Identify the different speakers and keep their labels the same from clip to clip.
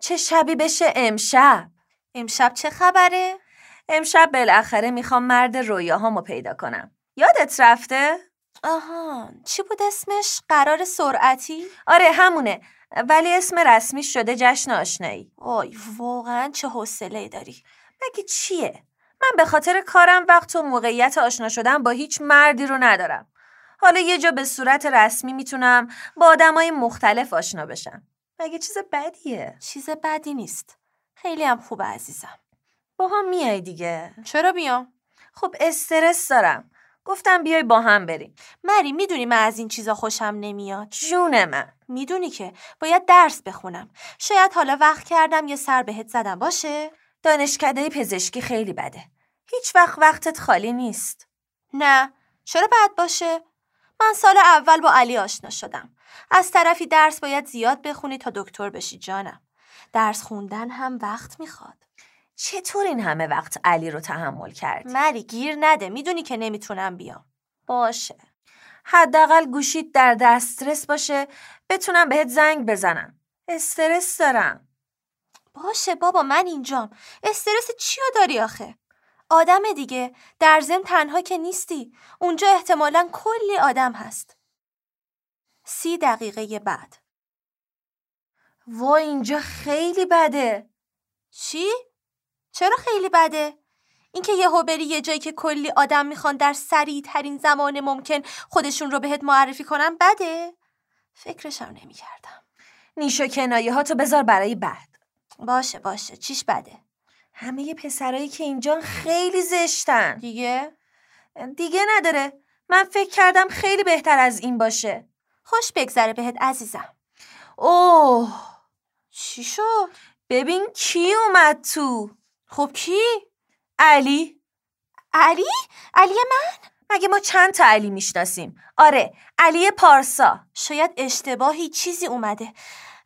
Speaker 1: چه شبی بشه امشب
Speaker 2: امشب چه خبره؟
Speaker 1: امشب بالاخره میخوام مرد رویاهامو پیدا کنم یادت رفته؟
Speaker 2: آهان چی بود اسمش؟ قرار سرعتی؟
Speaker 1: آره همونه ولی اسم رسمی شده جشن آشنایی
Speaker 2: وای واقعا چه حوصله داری
Speaker 1: مگه چیه؟ من به خاطر کارم وقت و موقعیت آشنا شدن با هیچ مردی رو ندارم حالا یه جا به صورت رسمی میتونم با آدمای مختلف آشنا بشم مگه چیز بدیه
Speaker 2: چیز بدی نیست خیلی هم خوبه عزیزم
Speaker 1: با هم میای دیگه
Speaker 2: چرا بیام
Speaker 1: خب استرس دارم گفتم بیای با هم بریم
Speaker 2: مری میدونی من از این چیزا خوشم نمیاد
Speaker 1: جون من
Speaker 2: میدونی که باید درس بخونم شاید حالا وقت کردم یه سر بهت زدم باشه
Speaker 1: دانشکده پزشکی خیلی بده هیچ وقت وقتت خالی نیست
Speaker 2: نه چرا بد باشه من سال اول با علی آشنا شدم از طرفی درس باید زیاد بخونی تا دکتر بشی جانم درس خوندن هم وقت میخواد
Speaker 1: چطور این همه وقت علی رو تحمل کردی
Speaker 2: مری گیر نده میدونی که نمیتونم بیام
Speaker 1: باشه حداقل گوشید در دسترس باشه بتونم بهت زنگ بزنم استرس دارم
Speaker 2: باشه بابا من اینجام استرس چی رو داری آخه آدم دیگه در ضمن تنها که نیستی اونجا احتمالا کلی آدم هست سی دقیقه بعد
Speaker 1: وا اینجا خیلی بده
Speaker 2: چی؟ چرا خیلی بده؟ اینکه یهو بری یه جایی که کلی آدم میخوان در سریع ترین زمان ممکن خودشون رو بهت معرفی کنن بده؟ فکرشم نمیکردم
Speaker 1: نیش و کنایه ها تو بذار برای بعد
Speaker 2: باشه باشه چیش بده؟
Speaker 1: همه پسرایی که اینجا خیلی زشتن
Speaker 2: دیگه؟
Speaker 1: دیگه نداره من فکر کردم خیلی بهتر از این باشه
Speaker 2: خوش بگذره بهت عزیزم
Speaker 1: اوه
Speaker 2: چی شد؟
Speaker 1: ببین کی اومد تو
Speaker 2: خب کی؟
Speaker 1: علی
Speaker 2: علی؟ علی من؟
Speaker 1: مگه ما چند تا علی میشناسیم آره علی پارسا
Speaker 2: شاید اشتباهی چیزی اومده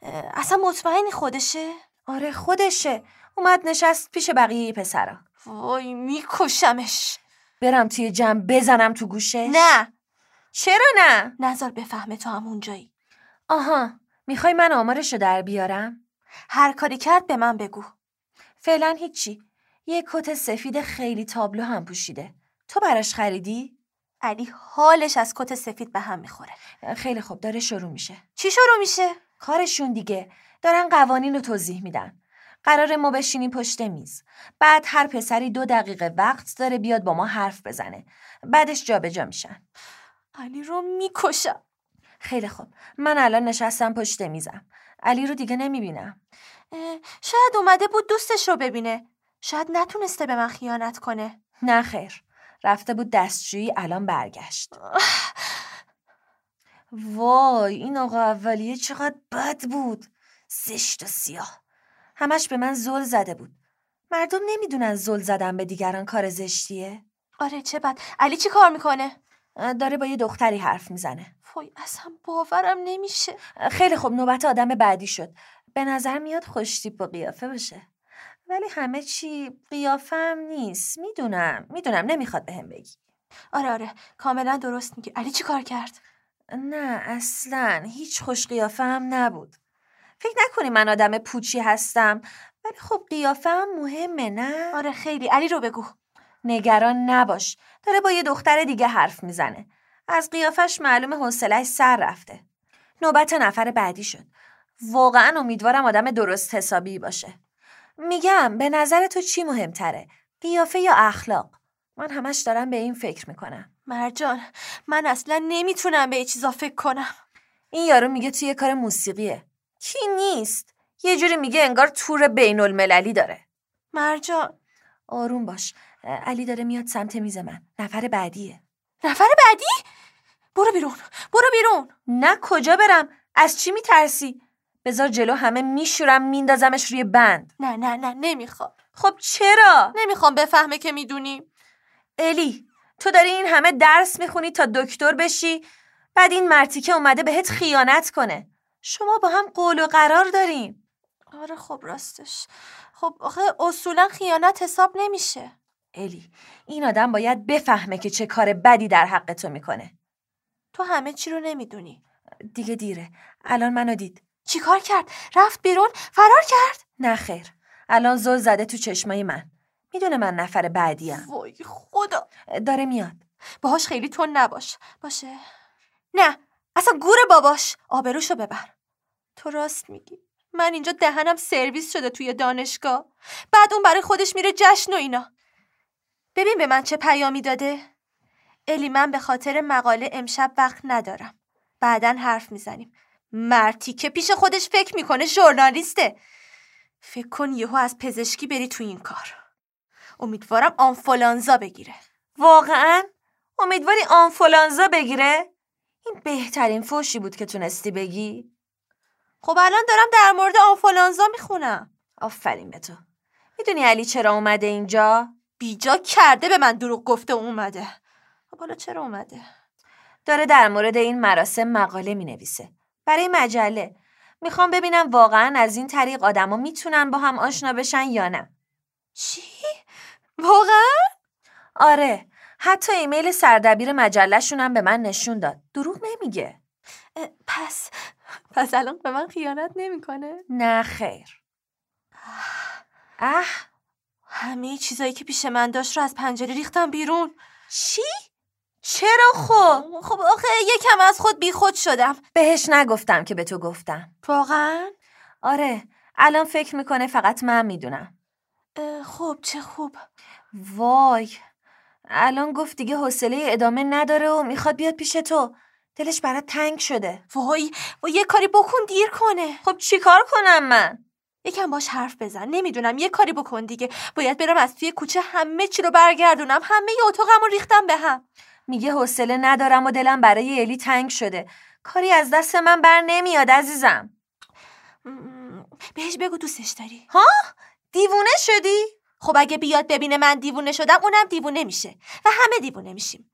Speaker 2: اه، اصلا مطمئنی خودشه؟
Speaker 1: آره خودشه اومد نشست پیش بقیه پسرا
Speaker 2: وای میکشمش
Speaker 1: برم توی جمع بزنم تو گوشش
Speaker 2: نه
Speaker 1: چرا نه
Speaker 2: نظر بفهمه تو هم اونجایی
Speaker 1: آها میخوای من آمارشو در بیارم
Speaker 2: هر کاری کرد به من بگو
Speaker 1: فعلا هیچی یه کت سفید خیلی تابلو هم پوشیده تو براش خریدی
Speaker 2: علی حالش از کت سفید به هم میخوره
Speaker 1: خیلی خوب داره شروع میشه
Speaker 2: چی شروع میشه
Speaker 1: کارشون دیگه دارن قوانین رو توضیح میدن قرار ما بشینیم پشت میز بعد هر پسری دو دقیقه وقت داره بیاد با ما حرف بزنه بعدش جابجا میشن
Speaker 2: علی رو میکشم
Speaker 1: خیلی خوب من الان نشستم پشت میزم علی رو دیگه نمیبینم
Speaker 2: اه، شاید اومده بود دوستش رو ببینه شاید نتونسته به من خیانت کنه
Speaker 1: نه خیر رفته بود دستشویی الان برگشت وای این آقا اولیه چقدر بد بود زشت و سیاه همش به من زل زده بود مردم نمیدونن زل زدن به دیگران کار زشتیه
Speaker 2: آره چه بد علی چی کار میکنه
Speaker 1: اه، داره با یه دختری حرف میزنه
Speaker 2: وای اصلا باورم نمیشه
Speaker 1: خیلی خوب نوبت آدم بعدی شد به نظر میاد خوشتیپ و قیافه باشه ولی همه چی قیافم نیست میدونم میدونم نمیخواد بهم بگی
Speaker 2: آره آره کاملا درست میگی علی چی کار کرد
Speaker 1: نه اصلا هیچ خوش قیافه هم نبود فکر نکنی من آدم پوچی هستم ولی خب قیافه هم مهمه نه
Speaker 2: آره خیلی علی رو بگو
Speaker 1: نگران نباش داره با یه دختر دیگه حرف میزنه از قیافش معلوم حوصلش سر رفته نوبت نفر بعدی شد واقعا امیدوارم آدم درست حسابی باشه میگم به نظر تو چی مهمتره قیافه یا اخلاق من همش دارم به این فکر میکنم
Speaker 2: مرجان من اصلا نمیتونم به یه چیزا فکر کنم
Speaker 1: این یارو میگه توی یه کار موسیقیه کی نیست یه جوری میگه انگار تور بین المللی داره
Speaker 2: مرجان
Speaker 1: آروم باش اه، علی داره میاد سمت میز من نفر بعدیه
Speaker 2: نفر بعدی برو بیرون برو بیرون
Speaker 1: نه کجا برم از چی میترسی بذار جلو همه میشورم میندازمش روی بند
Speaker 2: نه نه نه نمیخوام
Speaker 1: خب چرا
Speaker 2: نمیخوام بفهمه که میدونی
Speaker 1: الی تو داری این همه درس میخونی تا دکتر بشی بعد این مرتی که اومده بهت خیانت کنه شما با هم قول و قرار دارین
Speaker 2: آره خب راستش خب آخه اصولا خیانت حساب نمیشه
Speaker 1: الی این آدم باید بفهمه که چه کار بدی در حق تو میکنه
Speaker 2: تو همه چی رو نمیدونی
Speaker 1: دیگه دیره الان منو دید
Speaker 2: چیکار کرد؟ رفت بیرون؟ فرار کرد؟
Speaker 1: نه خیر الان زل زده تو چشمای من میدونه من نفر بعدیم
Speaker 2: وای خدا
Speaker 1: داره میاد
Speaker 2: باهاش خیلی تون نباش باشه نه اصلا گور باباش آبروشو ببر تو راست میگی من اینجا دهنم سرویس شده توی دانشگاه بعد اون برای خودش میره جشن و اینا ببین به من چه پیامی داده الی من به خاطر مقاله امشب وقت ندارم بعدا حرف میزنیم مرتی که پیش خودش فکر میکنه ژورنالیسته فکر کن یهو از پزشکی بری تو این کار امیدوارم آنفولانزا بگیره
Speaker 1: واقعا امیدواری آنفولانزا بگیره این بهترین فوشی بود که تونستی بگی
Speaker 2: خب الان دارم در مورد آنفولانزا میخونم
Speaker 1: آفرین به تو میدونی علی چرا اومده اینجا
Speaker 2: بیجا کرده به من دروغ گفته اومده خب حالا چرا اومده
Speaker 1: داره در مورد این مراسم مقاله می نویسه. برای مجله میخوام ببینم واقعا از این طریق آدما میتونن با هم آشنا بشن یا نه
Speaker 2: چی واقعا
Speaker 1: آره حتی ایمیل سردبیر مجلهشون هم به من نشون داد دروغ نمیگه
Speaker 2: اه، پس پس الان به من خیانت نمیکنه
Speaker 1: نه خیر اه
Speaker 2: همه چیزایی که پیش من داشت رو از پنجره ریختم بیرون
Speaker 1: چی چرا خب
Speaker 2: خب آخه یکم از خود بیخود شدم
Speaker 1: بهش نگفتم که به تو گفتم
Speaker 2: واقعا
Speaker 1: آره الان فکر میکنه فقط من میدونم
Speaker 2: اه، خب چه خوب
Speaker 1: وای الان گفت دیگه حوصله ادامه نداره و میخواد بیاد پیش تو دلش برات تنگ شده
Speaker 2: وای و یه کاری بکن دیر کنه
Speaker 1: خب چیکار کنم من
Speaker 2: یکم باش حرف بزن نمیدونم یه کاری بکن دیگه باید برم از توی کوچه همه چی رو برگردونم همه اتاقم رو ریختم به هم
Speaker 1: میگه حوصله ندارم و دلم برای الی تنگ شده کاری از دست من بر نمیاد عزیزم
Speaker 2: م، بهش بگو دوستش داری
Speaker 1: دیوونه شدی
Speaker 2: خب اگه بیاد ببینه من دیوونه شدم اونم دیوونه میشه و همه دیوونه میشیم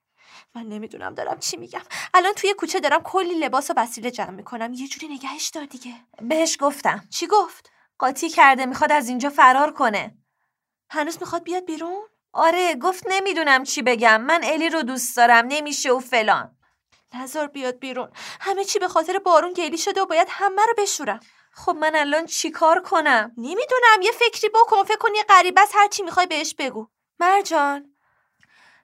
Speaker 2: من نمیدونم دارم چی میگم الان توی کوچه دارم کلی لباس و وسیله جمع میکنم یه جوری نگهش دار دیگه
Speaker 1: بهش گفتم
Speaker 2: چی گفت
Speaker 1: قاطی کرده میخواد از اینجا فرار کنه
Speaker 2: هنوز میخواد بیاد بیرون
Speaker 1: آره گفت نمیدونم چی بگم من الی رو دوست دارم نمیشه و فلان
Speaker 2: نزار بیاد بیرون همه چی به خاطر بارون گلی شده و باید همه رو بشورم
Speaker 1: خب من الان چیکار کنم
Speaker 2: نمیدونم یه فکری بکن فکر کن یه غریبه از هر چی میخوای بهش بگو مرجان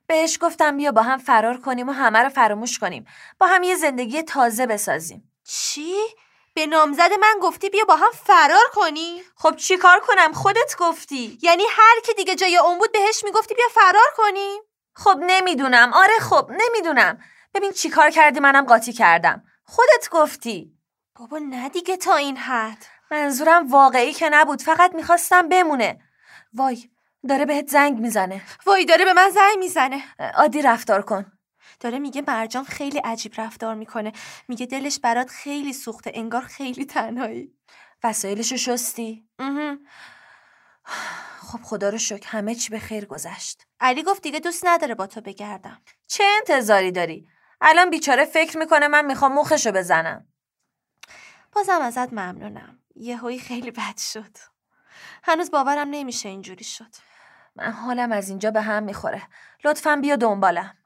Speaker 1: بهش گفتم بیا با هم فرار کنیم و همه رو فراموش کنیم با هم یه زندگی تازه بسازیم
Speaker 2: چی به نامزد من گفتی بیا با هم فرار کنی
Speaker 1: خب چیکار کنم خودت گفتی
Speaker 2: یعنی هر کی دیگه جای اون بود بهش میگفتی بیا فرار کنی
Speaker 1: خب نمیدونم آره خب نمیدونم ببین چیکار کردی منم قاطی کردم خودت گفتی
Speaker 2: بابا نه دیگه تا این حد
Speaker 1: منظورم واقعی که نبود فقط میخواستم بمونه وای داره بهت زنگ میزنه
Speaker 2: وای داره به من زنگ میزنه
Speaker 1: عادی رفتار کن
Speaker 2: داره میگه مرجان خیلی عجیب رفتار میکنه میگه دلش برات خیلی سوخته انگار خیلی تنهایی
Speaker 1: وسایلشو شستی
Speaker 2: اها.
Speaker 1: خب خدا رو شکر همه چی به خیر گذشت
Speaker 2: علی گفت دیگه دوست نداره با تو بگردم
Speaker 1: چه انتظاری داری الان بیچاره فکر میکنه من میخوام مخشو بزنم
Speaker 2: بازم ازت ممنونم یهویی خیلی بد شد هنوز باورم نمیشه اینجوری شد
Speaker 1: من حالم از اینجا به هم میخوره لطفا بیا دنبالم